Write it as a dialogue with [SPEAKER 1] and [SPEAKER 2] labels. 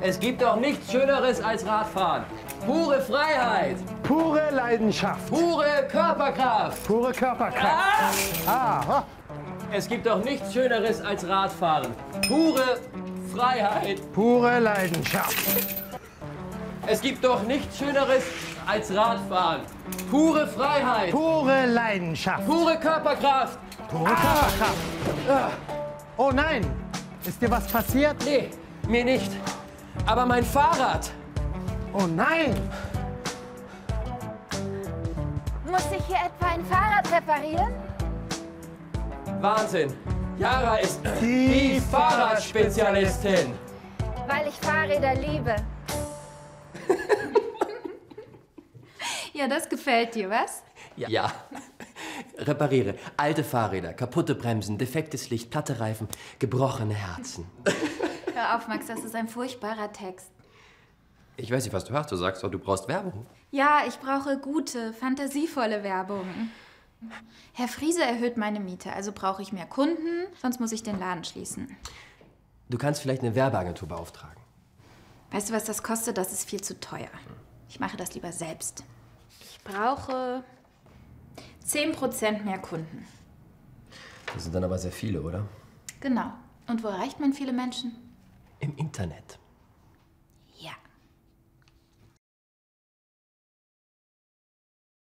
[SPEAKER 1] Es gibt doch nichts Schöneres als Radfahren. Pure Freiheit,
[SPEAKER 2] Pure Leidenschaft,
[SPEAKER 1] pure Körperkraft. Ah!
[SPEAKER 2] pure Körperkraft. Aha.
[SPEAKER 1] Es gibt doch nichts Schöneres als Radfahren. Pure Freiheit.
[SPEAKER 2] Pure Leidenschaft,
[SPEAKER 1] Es gibt doch nichts Schöneres als Radfahren. Pure Freiheit,
[SPEAKER 2] pure Leidenschaft,
[SPEAKER 1] pure Körperkraft.
[SPEAKER 2] pure Körperkraft. Ah. Oh nein, ist dir was passiert?
[SPEAKER 1] Nee, mir nicht. Aber mein Fahrrad.
[SPEAKER 2] Oh nein,
[SPEAKER 3] Muss ich hier etwa ein Fahrrad reparieren?
[SPEAKER 1] Wahnsinn. Yara ist
[SPEAKER 2] Die
[SPEAKER 1] die Fahrradspezialistin.
[SPEAKER 3] Weil ich Fahrräder liebe.
[SPEAKER 4] Ja, das gefällt dir, was?
[SPEAKER 1] Ja. Repariere alte Fahrräder, kaputte Bremsen, defektes Licht, platte Reifen, gebrochene Herzen.
[SPEAKER 4] Hör auf, Max, das ist ein furchtbarer Text.
[SPEAKER 1] Ich weiß nicht, was du hast. Du sagst doch, du brauchst Werbung.
[SPEAKER 4] Ja, ich brauche gute, fantasievolle Werbung. Herr Friese erhöht meine Miete, also brauche ich mehr Kunden, sonst muss ich den Laden schließen.
[SPEAKER 1] Du kannst vielleicht eine Werbeagentur beauftragen.
[SPEAKER 4] Weißt du, was das kostet? Das ist viel zu teuer. Ich mache das lieber selbst. Ich brauche 10% mehr Kunden.
[SPEAKER 1] Das sind dann aber sehr viele, oder?
[SPEAKER 4] Genau. Und wo erreicht man viele Menschen?
[SPEAKER 1] Im Internet.